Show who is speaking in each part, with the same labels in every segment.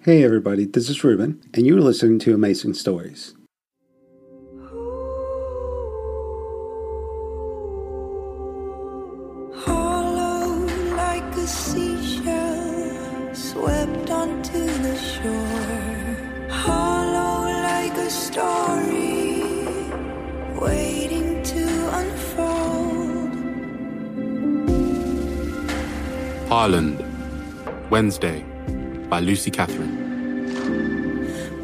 Speaker 1: Hey, everybody, this is Ruben, and you're listening to Amazing Stories.
Speaker 2: Hollow like a seashell swept onto the shore. Hollow like a story waiting to unfold.
Speaker 3: Ireland, Wednesday, by Lucy Catherine.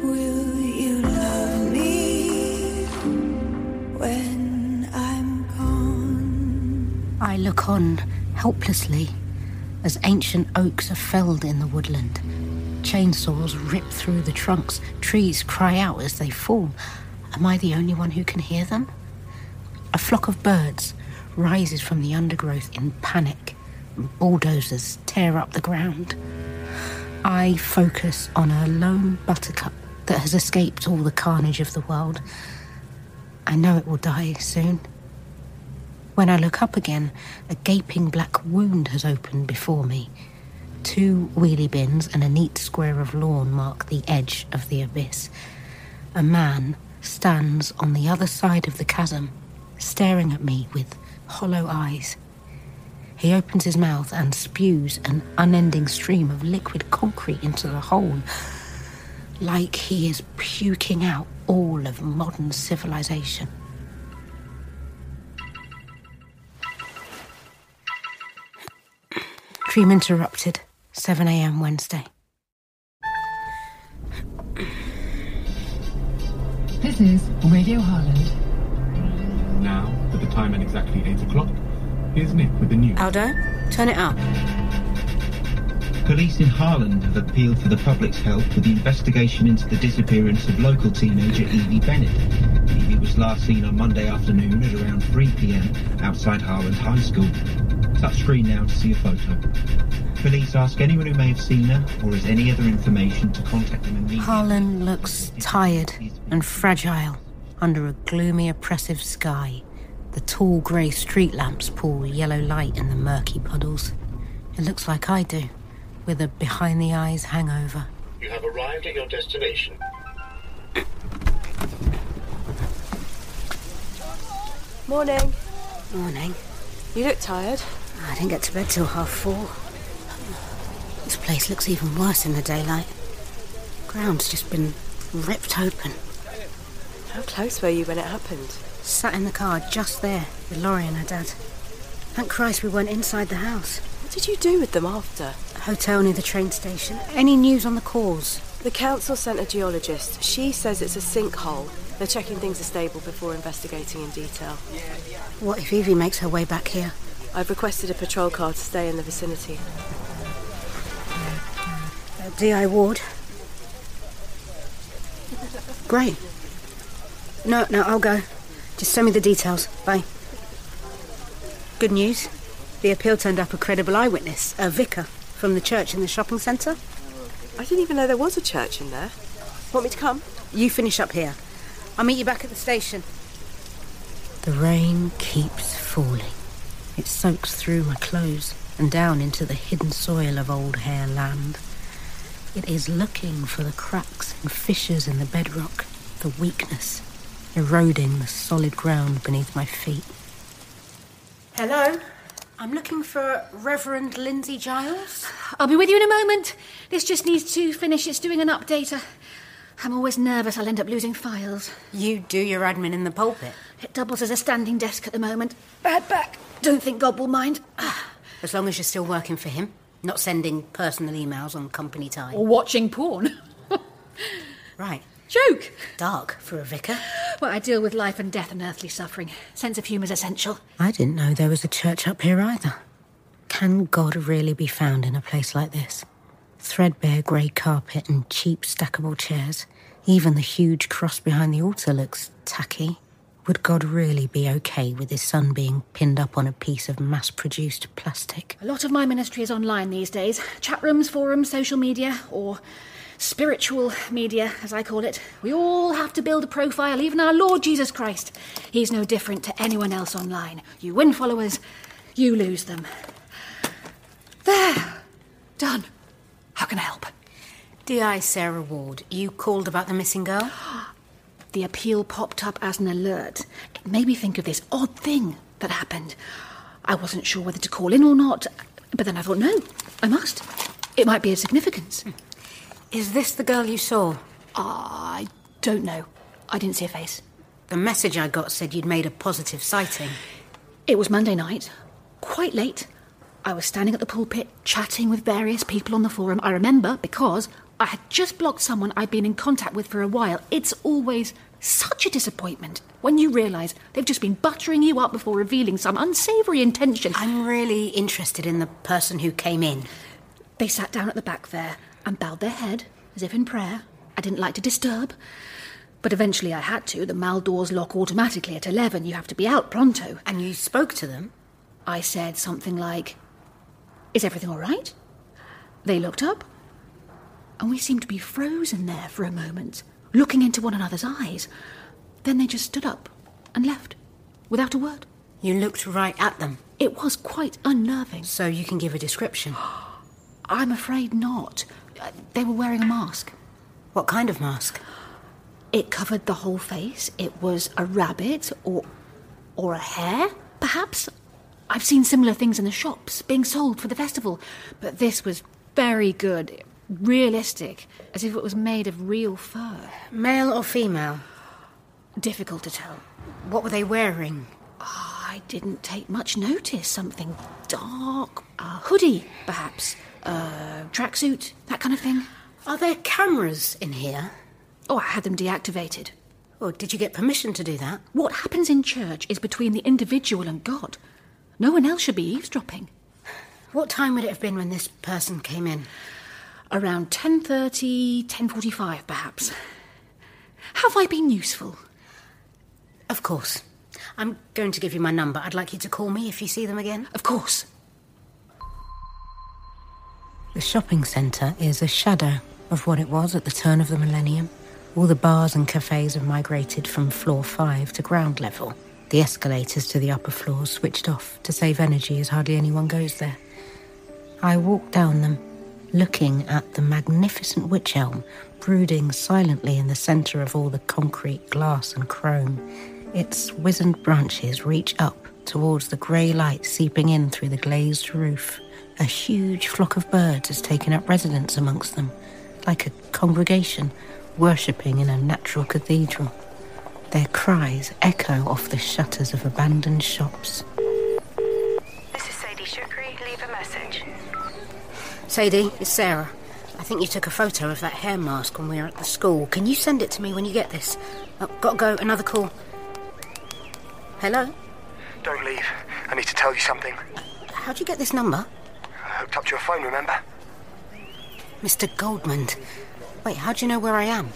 Speaker 2: Will you love me when I'm gone?
Speaker 4: I look on helplessly as ancient oaks are felled in the woodland. Chainsaws rip through the trunks, trees cry out as they fall. Am I the only one who can hear them? A flock of birds rises from the undergrowth in panic. Bulldozers tear up the ground. I focus on a lone buttercup that has escaped all the carnage of the world. I know it will die soon. When I look up again, a gaping black wound has opened before me. Two wheelie bins and a neat square of lawn mark the edge of the abyss. A man stands on the other side of the chasm, staring at me with hollow eyes. He opens his mouth and spews an unending stream of liquid concrete into the hole, like he is puking out all of modern civilization. Dream interrupted, 7 a.m. Wednesday.
Speaker 5: This is Radio Harland.
Speaker 3: Now, at the time at exactly 8 o'clock, here's Nick with the news.
Speaker 4: Aldo, turn it up.
Speaker 6: Police in Harland have appealed for the public's help with the investigation into the disappearance of local teenager Evie Bennett. Evie was last seen on Monday afternoon at around 3pm outside Harland High School. Touch screen now to see a photo. Police ask anyone who may have seen her or has any other information to contact them immediately.
Speaker 4: Harlan looks tired and fragile under a gloomy, oppressive sky. The tall grey street lamps pour yellow light in the murky puddles. It looks like I do, with a behind the eyes hangover.
Speaker 7: You have arrived at your destination.
Speaker 8: Morning.
Speaker 4: Morning.
Speaker 8: You look tired.
Speaker 4: I didn't get to bed till half four. This place looks even worse in the daylight. Ground's just been ripped open.
Speaker 8: How close were you when it happened?
Speaker 4: Sat in the car just there with Laurie and her dad. Thank Christ we weren't inside the house.
Speaker 8: What did you do with them after?
Speaker 4: Hotel near the train station. Any news on the cause?
Speaker 8: The council sent a geologist. She says it's a sinkhole. They're checking things are stable before investigating in detail.
Speaker 4: What if Evie makes her way back here?
Speaker 8: I've requested a patrol car to stay in the vicinity.
Speaker 4: Uh, D.I. Ward. Great. No, no, I'll go. Just send me the details. Bye. Good news. The appeal turned up a credible eyewitness, a vicar from the church in the shopping centre.
Speaker 8: I didn't even know there was a church in there. Want me to come?
Speaker 4: You finish up here. I'll meet you back at the station. The rain keeps falling. It soaks through my clothes and down into the hidden soil of old hare land. It is looking for the cracks and fissures in the bedrock, the weakness, eroding the solid ground beneath my feet. Hello? I'm looking for Reverend Lindsay Giles.
Speaker 9: I'll be with you in a moment. This just needs to finish. It's doing an updater. I'm always nervous I'll end up losing files.
Speaker 4: You do your admin in the pulpit.
Speaker 9: It doubles as a standing desk at the moment. Bad back. Don't think God will mind. Ah.
Speaker 4: As long as you're still working for him, not sending personal emails on company time.
Speaker 9: Or watching porn.
Speaker 4: Right.
Speaker 9: Joke.
Speaker 4: Dark for a vicar.
Speaker 9: Well, I deal with life and death and earthly suffering. Sense of humour's essential.
Speaker 4: I didn't know there was a church up here either. Can God really be found in a place like this? Threadbare grey carpet and cheap stackable chairs. Even the huge cross behind the altar looks tacky. Would God really be okay with his son being pinned up on a piece of mass produced plastic?
Speaker 9: A lot of my ministry is online these days chat rooms, forums, social media, or spiritual media, as I call it. We all have to build a profile, even our Lord Jesus Christ. He's no different to anyone else online. You win followers, you lose them. There! Done. How can I help?
Speaker 4: DI Sarah Ward, you called about the missing girl?
Speaker 9: The appeal popped up as an alert. It made me think of this odd thing that happened. I wasn't sure whether to call in or not, but then I thought, no, I must. It might be of significance.
Speaker 4: Is this the girl you saw?
Speaker 9: I don't know. I didn't see a face.
Speaker 4: The message I got said you'd made a positive sighting.
Speaker 9: It was Monday night, quite late. I was standing at the pulpit chatting with various people on the forum. I remember because I had just blocked someone I'd been in contact with for a while. It's always such a disappointment when you realise they've just been buttering you up before revealing some unsavoury intention.
Speaker 4: I'm really interested in the person who came in.
Speaker 9: They sat down at the back there and bowed their head as if in prayer. I didn't like to disturb, but eventually I had to. The mal doors lock automatically at 11. You have to be out pronto.
Speaker 4: And you spoke to them?
Speaker 9: I said something like, Is everything all right? They looked up, and we seemed to be frozen there for a moment, looking into one another's eyes. Then they just stood up and left without a word.
Speaker 4: You looked right at them,
Speaker 9: It was quite unnerving.
Speaker 4: so you can give a description.
Speaker 9: I'm afraid not. Uh, They were wearing a mask.
Speaker 4: What kind of mask?
Speaker 9: It covered the whole face. It was a rabbit or or a hare, perhaps. I've seen similar things in the shops being sold for the festival, but this was very good, realistic, as if it was made of real fur.
Speaker 4: Male or female?
Speaker 9: Difficult to tell.
Speaker 4: What were they wearing?
Speaker 9: I didn't take much notice. Something dark, a hoodie, perhaps, a tracksuit, that kind of thing.
Speaker 4: Are there cameras in here?
Speaker 9: Oh, I had them deactivated.
Speaker 4: Or did you get permission to do that?
Speaker 9: What happens in church is between the individual and God. No one else should be eavesdropping.
Speaker 4: What time would it have been when this person came in?
Speaker 9: around 10.30 10.45 perhaps have i been useful
Speaker 4: Of course. I'm going to give you my number. I'd like you to call me if you see them again.
Speaker 9: of course
Speaker 4: The shopping centre is a shadow of what it was at the turn of the millennium. All the bars and cafes have migrated from floor five to ground level. The escalators to the upper floors switched off to save energy as hardly anyone goes there. I walked down them, looking at the magnificent witch elm brooding silently in the centre of all the concrete, glass, and chrome. Its wizened branches reach up towards the grey light seeping in through the glazed roof. A huge flock of birds has taken up residence amongst them, like a congregation worshipping in a natural cathedral. Their cries echo off the shutters of abandoned shops.
Speaker 10: This is Sadie Shukri. Leave a message.
Speaker 4: Sadie, it's Sarah. I think you took a photo of that hair mask when we were at the school. Can you send it to me when you get this? Oh, gotta go, another call. Hello?
Speaker 10: Don't leave. I need to tell you something.
Speaker 4: How'd you get this number?
Speaker 10: I hooked up to your phone, remember?
Speaker 4: Mr. Goldman. Wait, how do you know where I am?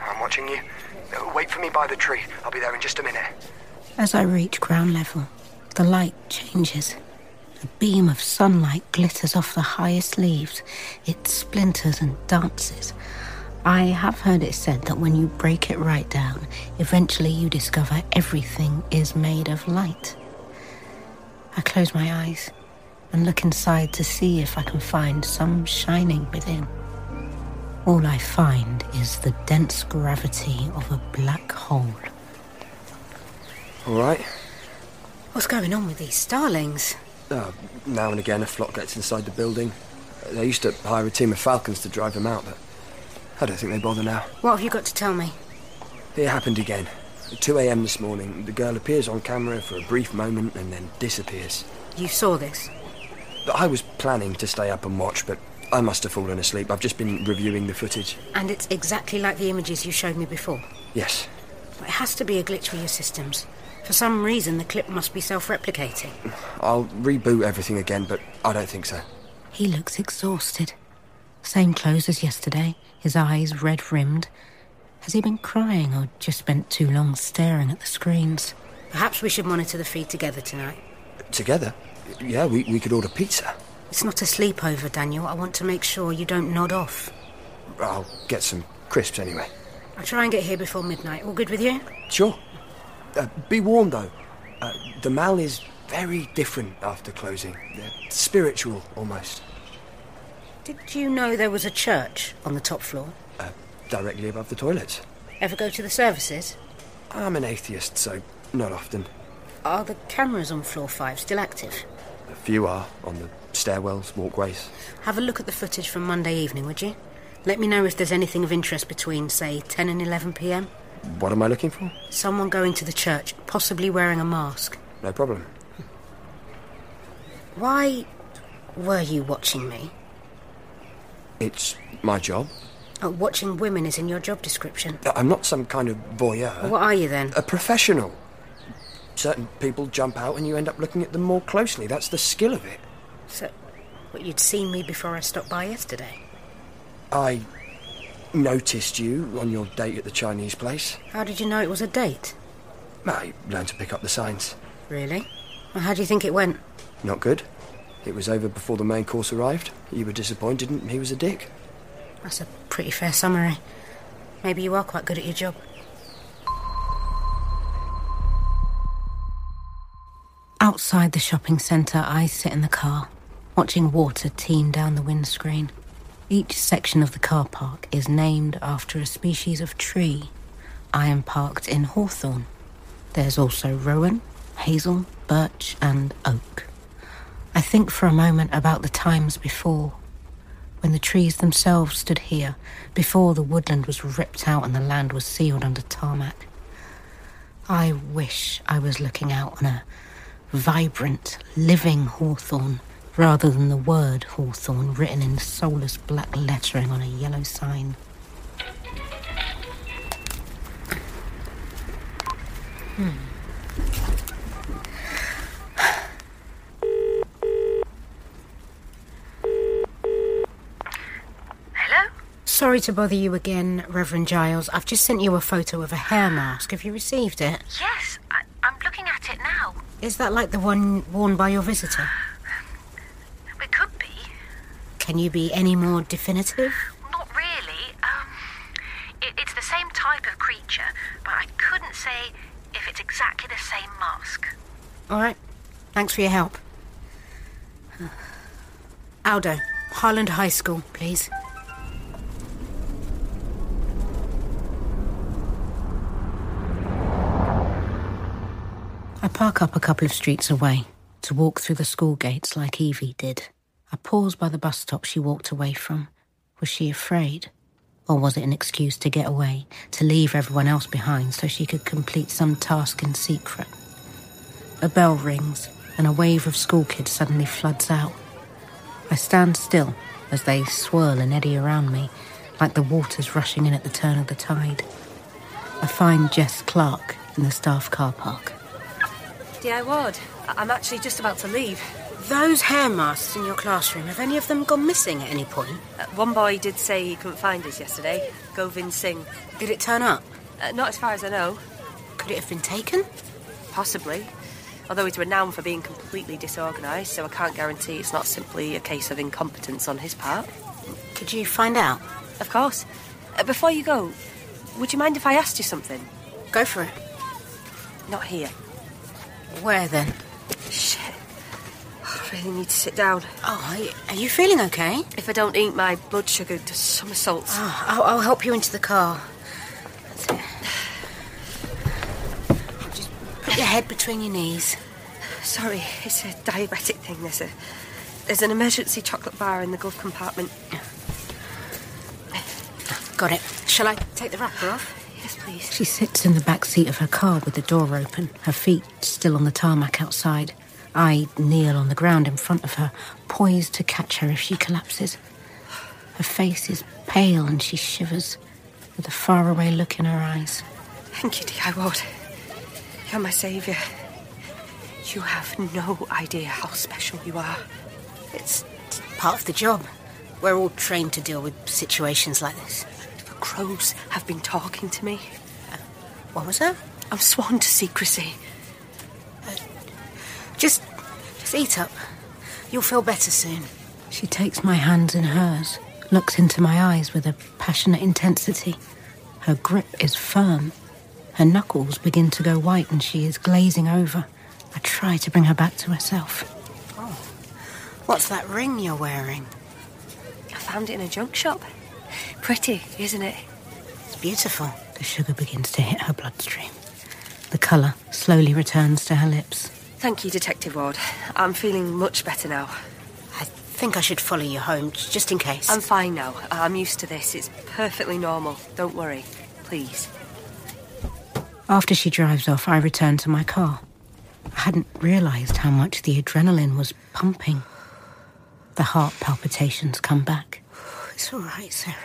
Speaker 10: I'm watching you. Uh, Wait for me by the tree. I'll be there in just a minute.
Speaker 4: As I reach ground level, the light changes. A beam of sunlight glitters off the highest leaves. It splinters and dances. I have heard it said that when you break it right down, eventually you discover everything is made of light. I close my eyes and look inside to see if I can find some shining within. All I find is the dense gravity of a black hole.
Speaker 10: All right.
Speaker 4: What's going on with these starlings?
Speaker 10: Uh, now and again, a flock gets inside the building. Uh, They used to hire a team of falcons to drive them out, but I don't think they bother now.
Speaker 4: What have you got to tell me?
Speaker 10: It happened again. At 2 a.m. this morning, the girl appears on camera for a brief moment and then disappears.
Speaker 4: You saw this.
Speaker 10: But I was planning to stay up and watch, but I must have fallen asleep. I've just been reviewing the footage.
Speaker 4: And it's exactly like the images you showed me before.
Speaker 10: Yes,
Speaker 4: It has to be a glitch with your systems. For some reason, the clip must be self replicating.
Speaker 10: I'll reboot everything again, but I don't think so.
Speaker 4: He looks exhausted. Same clothes as yesterday, his eyes red rimmed. Has he been crying or just spent too long staring at the screens? Perhaps we should monitor the feed together tonight.
Speaker 10: Together? Yeah, we, we could order pizza.
Speaker 4: It's not a sleepover, Daniel. I want to make sure you don't nod off.
Speaker 10: I'll get some crisps anyway.
Speaker 4: I'll try and get here before midnight. All good with you?
Speaker 10: Sure. Uh, be warned though, uh, the Mal is very different after closing. They're spiritual almost.
Speaker 4: Did you know there was a church on the top floor?
Speaker 10: Directly above the toilets.
Speaker 4: Ever go to the services?
Speaker 10: I'm an atheist, so not often.
Speaker 4: Are the cameras on floor five still active?
Speaker 10: A few are on the stairwells, walkways.
Speaker 4: Have a look at the footage from Monday evening, would you? Let me know if there's anything of interest between, say, 10 and 11 pm.
Speaker 10: What am I looking for?
Speaker 4: Someone going to the church, possibly wearing a mask.
Speaker 10: No problem.
Speaker 4: Why were you watching me?
Speaker 10: It's my job. Uh,
Speaker 4: Oh, watching women is in your job description.
Speaker 10: I'm not some kind of voyeur.
Speaker 4: What are you then?
Speaker 10: A professional. Certain people jump out and you end up looking at them more closely. That's the skill of it.
Speaker 4: So, what, you'd seen me before I stopped by yesterday?
Speaker 10: I noticed you on your date at the Chinese place.
Speaker 4: How did you know it was a date?
Speaker 10: I learned to pick up the signs.
Speaker 4: Really? Well, how do you think it went?
Speaker 10: Not good. It was over before the main course arrived. You were disappointed and he was a dick.
Speaker 4: That's a pretty fair summary. Maybe you are quite good at your job. Outside the shopping centre, I sit in the car, watching water teem down the windscreen. Each section of the car park is named after a species of tree. I am parked in hawthorn. There's also rowan, hazel, birch, and oak. I think for a moment about the times before, when the trees themselves stood here, before the woodland was ripped out and the land was sealed under tarmac. I wish I was looking out on a vibrant, living hawthorn rather than the word hawthorn written in soulless black lettering on a yellow sign. Sorry to bother you again, Reverend Giles. I've just sent you a photo of a hair mask. Have you received it?
Speaker 11: Yes, I, I'm looking at it now.
Speaker 4: Is that like the one worn by your visitor?
Speaker 11: It could be.
Speaker 4: Can you be any more definitive?
Speaker 11: Not really. Um, it, it's the same type of creature, but I couldn't say if it's exactly the same mask.
Speaker 4: All right. Thanks for your help. Aldo, Highland High School, please. I park up a couple of streets away to walk through the school gates like Evie did. I pause by the bus stop she walked away from. Was she afraid? Or was it an excuse to get away, to leave everyone else behind so she could complete some task in secret? A bell rings and a wave of school kids suddenly floods out. I stand still as they swirl and eddy around me, like the waters rushing in at the turn of the tide. I find Jess Clark in the staff car park.
Speaker 8: Dear Ward, I- I'm actually just about to leave.
Speaker 4: Those hair masks in your classroom, have any of them gone missing at any point?
Speaker 8: Uh, one boy did say he couldn't find us yesterday, Govind Singh.
Speaker 4: Did it turn up?
Speaker 8: Uh, not as far as I know,
Speaker 4: Could it have been taken?
Speaker 8: possibly. Although he's renowned for being completely disorganised, so I can't guarantee it's not simply a case of incompetence on his part.
Speaker 4: Could you find out?
Speaker 8: Of course. Uh, before you go, would you mind if I asked you something?
Speaker 4: Go for it.
Speaker 8: Not here.
Speaker 4: Where then?
Speaker 8: Shit. I really need to sit down.
Speaker 4: Oh, are you, are you feeling okay?
Speaker 8: If I don't eat, my blood sugar does somersaults.
Speaker 4: Oh, I'll, I'll help you into the car. That's it. Just put your head between your knees.
Speaker 8: Sorry, it's a diabetic thing. There's a there's an emergency chocolate bar in the glove compartment.
Speaker 4: Got it. Shall I take the wrapper off?
Speaker 8: Yes, please.
Speaker 4: She sits in the back seat of her car with the door open, her feet still on the tarmac outside. I kneel on the ground in front of her, poised to catch her if she collapses. Her face is pale and she shivers, with a faraway look in her eyes.
Speaker 8: Thank you, D.I. Ward. You're my saviour. You have no idea how special you are.
Speaker 4: It's part of the job. We're all trained to deal with situations like this.
Speaker 8: The crows have been talking to me.
Speaker 4: What was that? Uh,
Speaker 8: I'm sworn to secrecy.
Speaker 4: Just, just eat up. You'll feel better soon. She takes my hands in hers, looks into my eyes with a passionate intensity. Her grip is firm. Her knuckles begin to go white and she is glazing over. I try to bring her back to herself. Oh, what's that ring you're wearing?
Speaker 8: I found it in a junk shop. Pretty, isn't it?
Speaker 4: It's beautiful. The sugar begins to hit her bloodstream. The colour slowly returns to her lips.
Speaker 8: Thank you, Detective Ward. I'm feeling much better now.
Speaker 4: I think I should follow you home, j- just in case.
Speaker 8: I'm fine now. I'm used to this. It's perfectly normal. Don't worry. Please.
Speaker 4: After she drives off, I return to my car. I hadn't realised how much the adrenaline was pumping. The heart palpitations come back.
Speaker 11: It's all right, Sarah.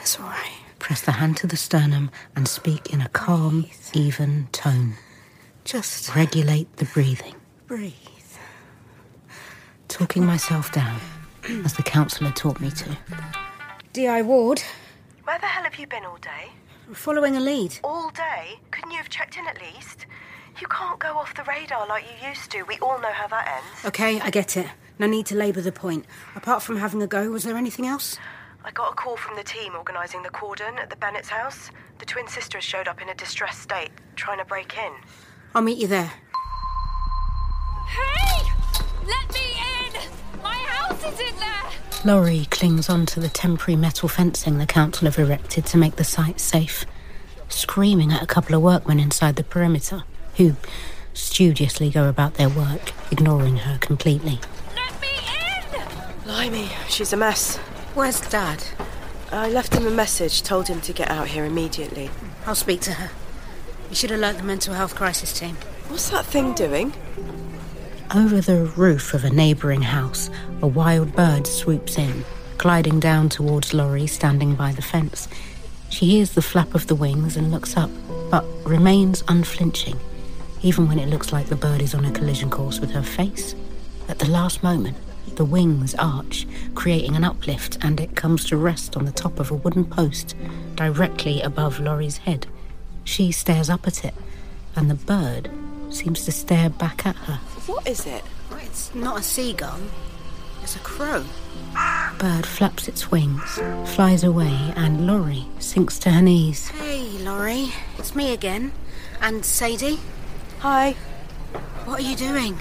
Speaker 11: It's all right.
Speaker 4: Press the hand to the sternum and speak in a calm, even tone.
Speaker 11: Just
Speaker 4: Regulate the breathing.
Speaker 11: breathe.
Speaker 4: Talking myself down, as the counsellor taught me to.
Speaker 11: D.I. Ward?
Speaker 12: Where the hell have you been all day?
Speaker 4: Following a lead.
Speaker 12: All day? Couldn't you have checked in at least? You can't go off the radar like you used to. We all know how that ends.
Speaker 11: Okay, I get it. No need to labour the point. Apart from having a go, was there anything else?
Speaker 12: I got a call from the team organising the cordon at the Bennett's house. The twin sisters showed up in a distressed state, trying to break in.
Speaker 11: I'll meet you there.
Speaker 13: Hey! Let me in! My house is in there!
Speaker 4: Laurie clings on to the temporary metal fencing the council have erected to make the site safe, screaming at a couple of workmen inside the perimeter, who studiously go about their work, ignoring her completely.
Speaker 12: Blimey, she's a mess.
Speaker 11: Where's Dad?
Speaker 12: I left him a message, told him to get out here immediately.
Speaker 11: I'll speak to her. You should alert the mental health crisis team.
Speaker 12: What's that thing doing?
Speaker 4: Over the roof of a neighbouring house, a wild bird swoops in, gliding down towards Laurie standing by the fence. She hears the flap of the wings and looks up, but remains unflinching, even when it looks like the bird is on a collision course with her face. At the last moment, the wings arch, creating an uplift, and it comes to rest on the top of a wooden post directly above Laurie's head. She stares up at it, and the bird seems to stare back at her.
Speaker 12: What is it?
Speaker 11: It's not a seagull, it's a crow.
Speaker 4: Bird flaps its wings, flies away, and Laurie sinks to her knees.
Speaker 11: Hey, Laurie. It's me again. And Sadie?
Speaker 12: Hi.
Speaker 11: What are you doing?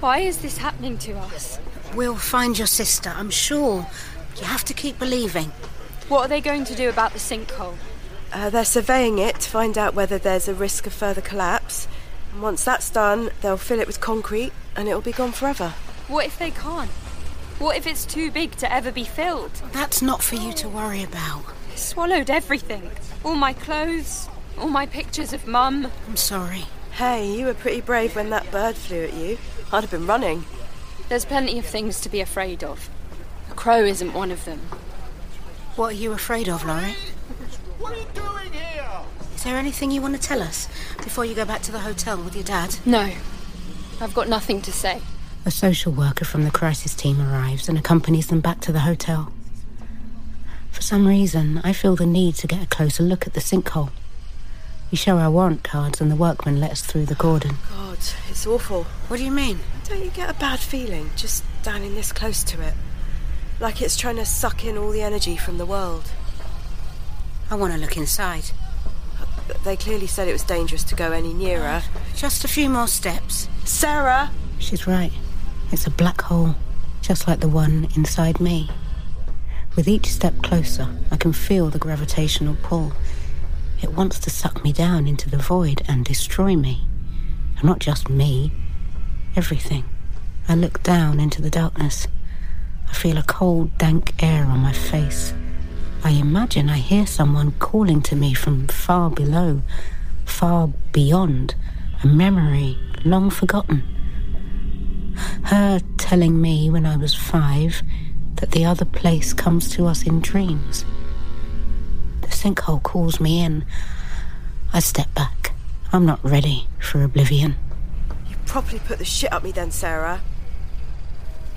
Speaker 13: Why is this happening to us?
Speaker 11: We'll find your sister, I'm sure. You have to keep believing.
Speaker 13: What are they going to do about the sinkhole?
Speaker 12: Uh, they're surveying it to find out whether there's a risk of further collapse. And once that's done, they'll fill it with concrete and it'll be gone forever.
Speaker 13: What if they can't? What if it's too big to ever be filled?
Speaker 11: That's not for you to worry about.
Speaker 13: It swallowed everything. All my clothes, all my pictures of Mum.
Speaker 11: I'm sorry.
Speaker 12: Hey, you were pretty brave when that bird flew at you. I'd have been running.
Speaker 13: There's plenty of things to be afraid of. A crow isn't one of them.
Speaker 11: What are you afraid of, Laurie?
Speaker 14: What are you doing here?
Speaker 11: Is there anything you want to tell us before you go back to the hotel with your dad?
Speaker 13: No. I've got nothing to say.
Speaker 4: A social worker from the crisis team arrives and accompanies them back to the hotel. For some reason, I feel the need to get a closer look at the sinkhole. We show our warrant cards and the workman let us through the cordon.
Speaker 12: God, it's awful.
Speaker 11: What do you mean?
Speaker 12: Don't you get a bad feeling just standing this close to it? Like it's trying to suck in all the energy from the world.
Speaker 11: I want to look inside.
Speaker 12: But They clearly said it was dangerous to go any nearer.
Speaker 11: Just a few more steps.
Speaker 12: Sarah!
Speaker 4: She's right. It's a black hole, just like the one inside me. With each step closer, I can feel the gravitational pull. It wants to suck me down into the void and destroy me. And not just me, everything. I look down into the darkness. I feel a cold, dank air on my face. I imagine I hear someone calling to me from far below, far beyond, a memory long forgotten. Her telling me when I was five that the other place comes to us in dreams. The sinkhole calls me in. I step back. I'm not ready for oblivion.
Speaker 12: You properly put the shit up me then, Sarah.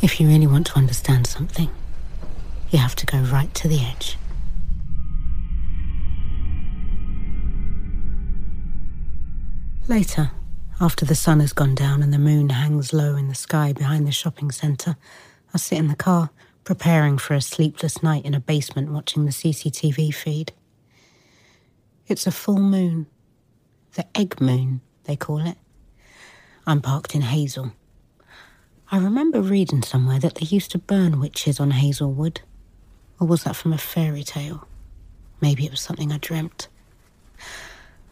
Speaker 4: If you really want to understand something, you have to go right to the edge. Later, after the sun has gone down and the moon hangs low in the sky behind the shopping centre, I sit in the car, preparing for a sleepless night in a basement watching the CCTV feed. It's a full moon, the egg moon, they call it. I'm parked in Hazel. I remember reading somewhere that they used to burn witches on Hazelwood. Or was that from a fairy tale? Maybe it was something I dreamt.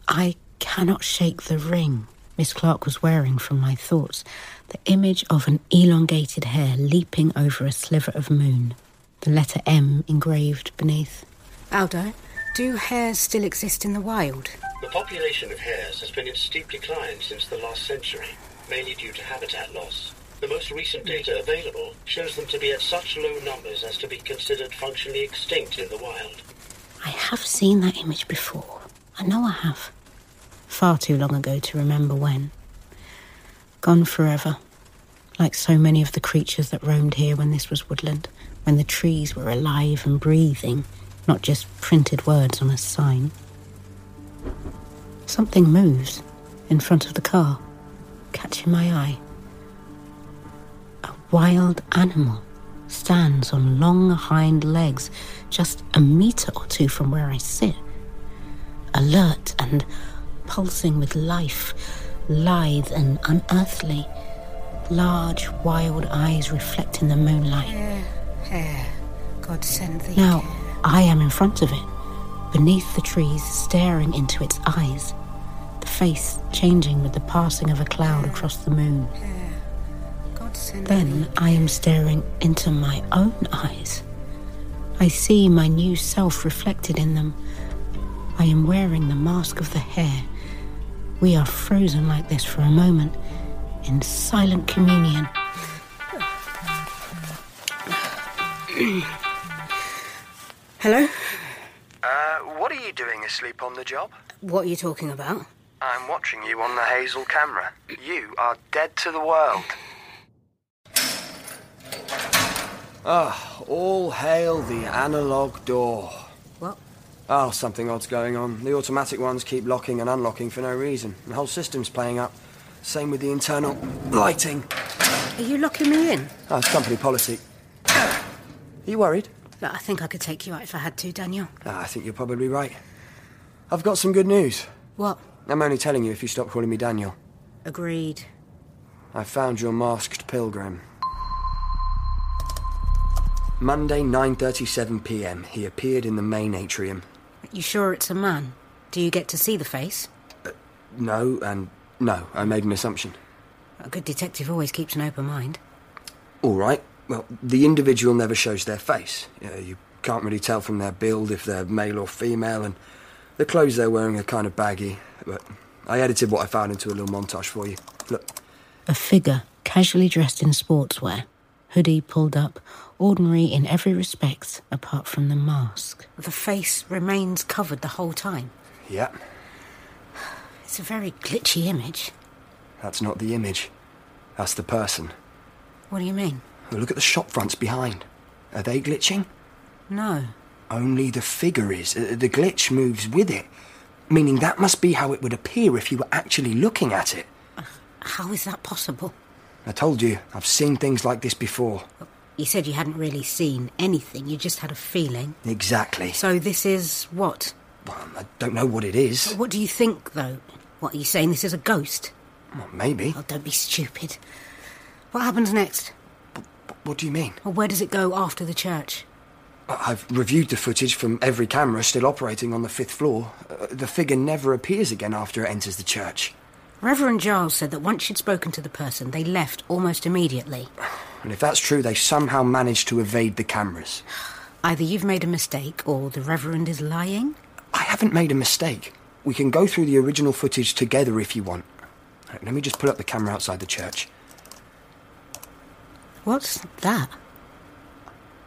Speaker 4: I cannot shake the ring Miss Clark was wearing from my thoughts, the image of an elongated hair leaping over a sliver of moon, the letter M engraved beneath. Aldo, do hares still exist in the wild?
Speaker 10: The population of hares has been in steep decline since the last century, mainly due to habitat loss. The most recent data available shows them to be at such low numbers as to be considered functionally extinct in the wild.
Speaker 4: I have seen that image before. I know I have. Far too long ago to remember when. Gone forever. Like so many of the creatures that roamed here when this was woodland, when the trees were alive and breathing, not just printed words on a sign. Something moves in front of the car, catching my eye. A wild animal stands on long hind legs, just a metre or two from where I sit. Alert and pulsing with life, lithe and unearthly, large, wild eyes reflecting the moonlight.
Speaker 15: Hair, hair, God send thee.
Speaker 4: Now I am in front of it, beneath the trees, staring into its eyes, the face changing with the passing of a cloud across the moon.
Speaker 15: God send
Speaker 4: Then I am staring into my own eyes. I see my new self reflected in them. I am wearing the mask of the hair. We are frozen like this for a moment, in silent communion. Hello?
Speaker 2: Uh, what are you doing asleep on the job?
Speaker 4: What are you talking about?
Speaker 2: I'm watching you on the Hazel camera. You are dead to the world. Ah, all hail the analog door.
Speaker 4: What?
Speaker 2: Oh, something odd's going on. The automatic ones keep locking and unlocking for no reason. The whole system's playing up. Same with the internal lighting.
Speaker 4: Are you locking me in?
Speaker 2: Oh, it's company policy. Are you worried?
Speaker 4: Look, I think I could take you out if I had to, Daniel.
Speaker 2: Ah, I think you're probably right. I've got some good news.
Speaker 4: What?
Speaker 2: I'm only telling you if you stop calling me Daniel.
Speaker 4: Agreed.
Speaker 2: I found your masked pilgrim. Monday, 9:37 p.m. He appeared in the main atrium.
Speaker 4: You sure it's a man? Do you get to see the face?
Speaker 2: No, Oh, and no, I made an assumption.
Speaker 4: A good detective always keeps an open mind.
Speaker 2: All right. Well, the individual never shows their face. Uh, you can't really tell from their build if they're male or female, and the clothes they're wearing are kind of baggy. But I edited what I found into a little montage for you. Look,
Speaker 4: A figure casually dressed in sportswear, hoodie pulled up, ordinary in every respect apart from the mask. The face remains covered the whole time.
Speaker 2: yeah,
Speaker 4: It's a very glitchy image.
Speaker 2: that's not the image. That's the person.
Speaker 4: What do you mean?
Speaker 2: Well, look at the shop fronts behind. Are they glitching?
Speaker 4: No.
Speaker 2: Only the figure is. Uh, The glitch moves with it, meaning that must be how it would appear if you were actually looking at it.
Speaker 4: How is that possible?
Speaker 2: I told you, I've seen things like this before.
Speaker 4: You said you hadn't really seen anything, you just had a feeling.
Speaker 2: Exactly.
Speaker 4: So this is what?
Speaker 2: I don't know what it is.
Speaker 4: What do you think, though? What are you saying? This is a ghost?
Speaker 2: Well, maybe.
Speaker 4: Oh, don't be stupid. What happens next?
Speaker 2: What do you mean?
Speaker 4: Or where does it go after the church?
Speaker 2: I- I've reviewed the footage from every camera still operating on the fifth floor. Uh, the figure never appears again after it enters the church.
Speaker 4: Reverend Giles said that once she'd spoken to the person, they left almost immediately.
Speaker 2: And if that's true, they somehow managed to evade the cameras.
Speaker 4: Either you've made a mistake or the Reverend is lying.
Speaker 2: I haven't made a mistake. We can go through the original footage together if you want. Right, let me just pull up the camera outside the church.
Speaker 4: What's that?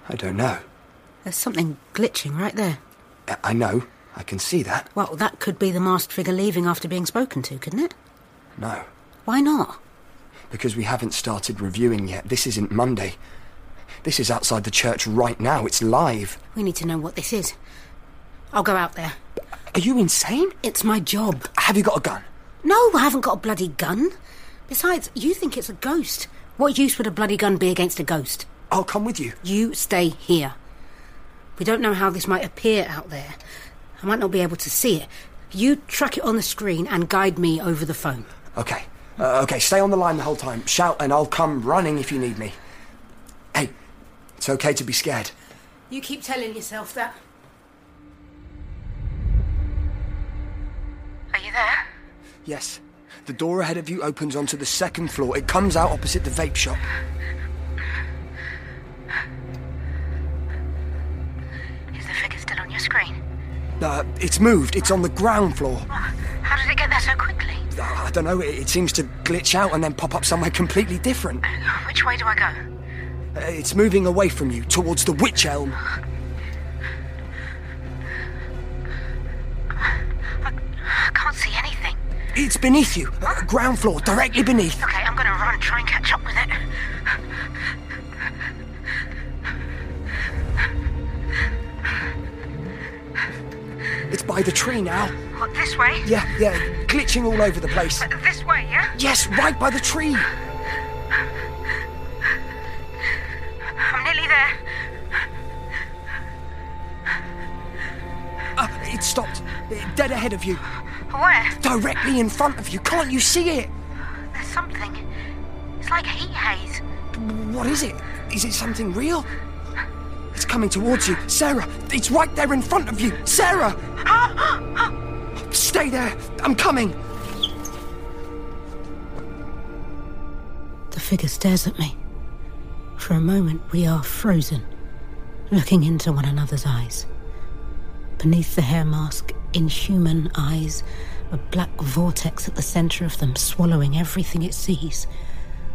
Speaker 2: I don't know.
Speaker 4: There's something glitching right there.
Speaker 2: I, I know. I can see that.
Speaker 4: Well, that could be the masked figure leaving after being spoken to, couldn't it?
Speaker 2: No.
Speaker 4: Why not?
Speaker 2: Because we haven't started reviewing yet. This isn't Monday. This is outside the church right now. It's live.
Speaker 4: We need to know what this is. I'll go out there.
Speaker 2: Are you insane?
Speaker 4: It's my job.
Speaker 2: Have you got a gun?
Speaker 4: No, I haven't got a bloody gun. Besides, you think it's a ghost. What use would a bloody gun be against a ghost?
Speaker 2: I'll come with you.
Speaker 4: You stay here. We don't know how this might appear out there. I might not be able to see it. You track it on the screen and guide me over the phone.
Speaker 2: Okay.
Speaker 10: Uh, okay, stay on the line the whole time. Shout, and I'll come running if you need me. Hey, it's okay to be scared.
Speaker 4: You keep telling yourself that.
Speaker 11: Are you there?
Speaker 10: Yes. The door ahead of you opens onto the second floor. It comes out opposite the vape shop.
Speaker 11: Is the figure still on your screen?
Speaker 10: Uh, it's moved. It's on the ground floor.
Speaker 11: How did it get there so quickly?
Speaker 10: Uh, I don't know. It, it seems to glitch out and then pop up somewhere completely different. Uh,
Speaker 11: Which way do I go?
Speaker 10: it's moving away from you towards the witch elm.
Speaker 11: I can't see anything.
Speaker 10: It's beneath you. Uh, ground floor, directly beneath.
Speaker 11: Okay, I'm gonna run, try and catch up with it.
Speaker 10: It's by the tree now.
Speaker 11: What, this way?
Speaker 10: Yeah, yeah. Glitching all over the place.
Speaker 11: Uh, This way, yeah?
Speaker 10: Yes, right by the tree.
Speaker 11: I'm nearly there.
Speaker 10: Uh, it stopped. Uh, Dead ahead of you.
Speaker 11: Where?
Speaker 10: Directly in front of you. Can't you see it?
Speaker 11: There's something. It's like heat haze.
Speaker 10: What is it? Is it something real? It's coming towards you. Sarah, it's right there in front of you. Sarah! Stay there. I'm coming.
Speaker 4: The figure stares at me. For a moment, we are frozen, looking into one another's eyes. Beneath the hair mask, inhuman eyes, a black vortex at the center of them, swallowing everything it sees.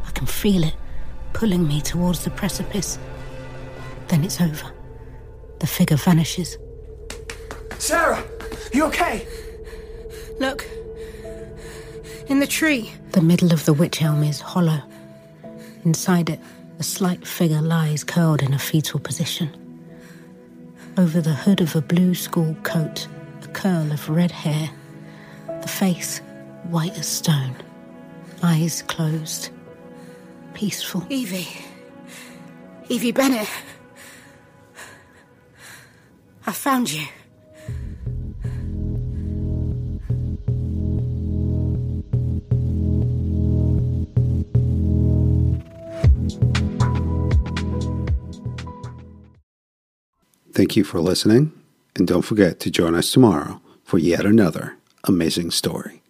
Speaker 4: I can feel it pulling me towards the precipice. Then it's over. The figure vanishes.
Speaker 10: Sarah, you okay?
Speaker 4: Look. In the tree. The middle of the witch elm is hollow. Inside it, a slight figure lies curled in a fetal position. Over the hood of a blue school coat, a curl of red hair. The face, white as stone. Eyes closed. Peaceful.
Speaker 9: Evie. Evie Bennett.
Speaker 4: I found you.
Speaker 1: Thank you for listening, and don't forget to join us tomorrow for yet another amazing story.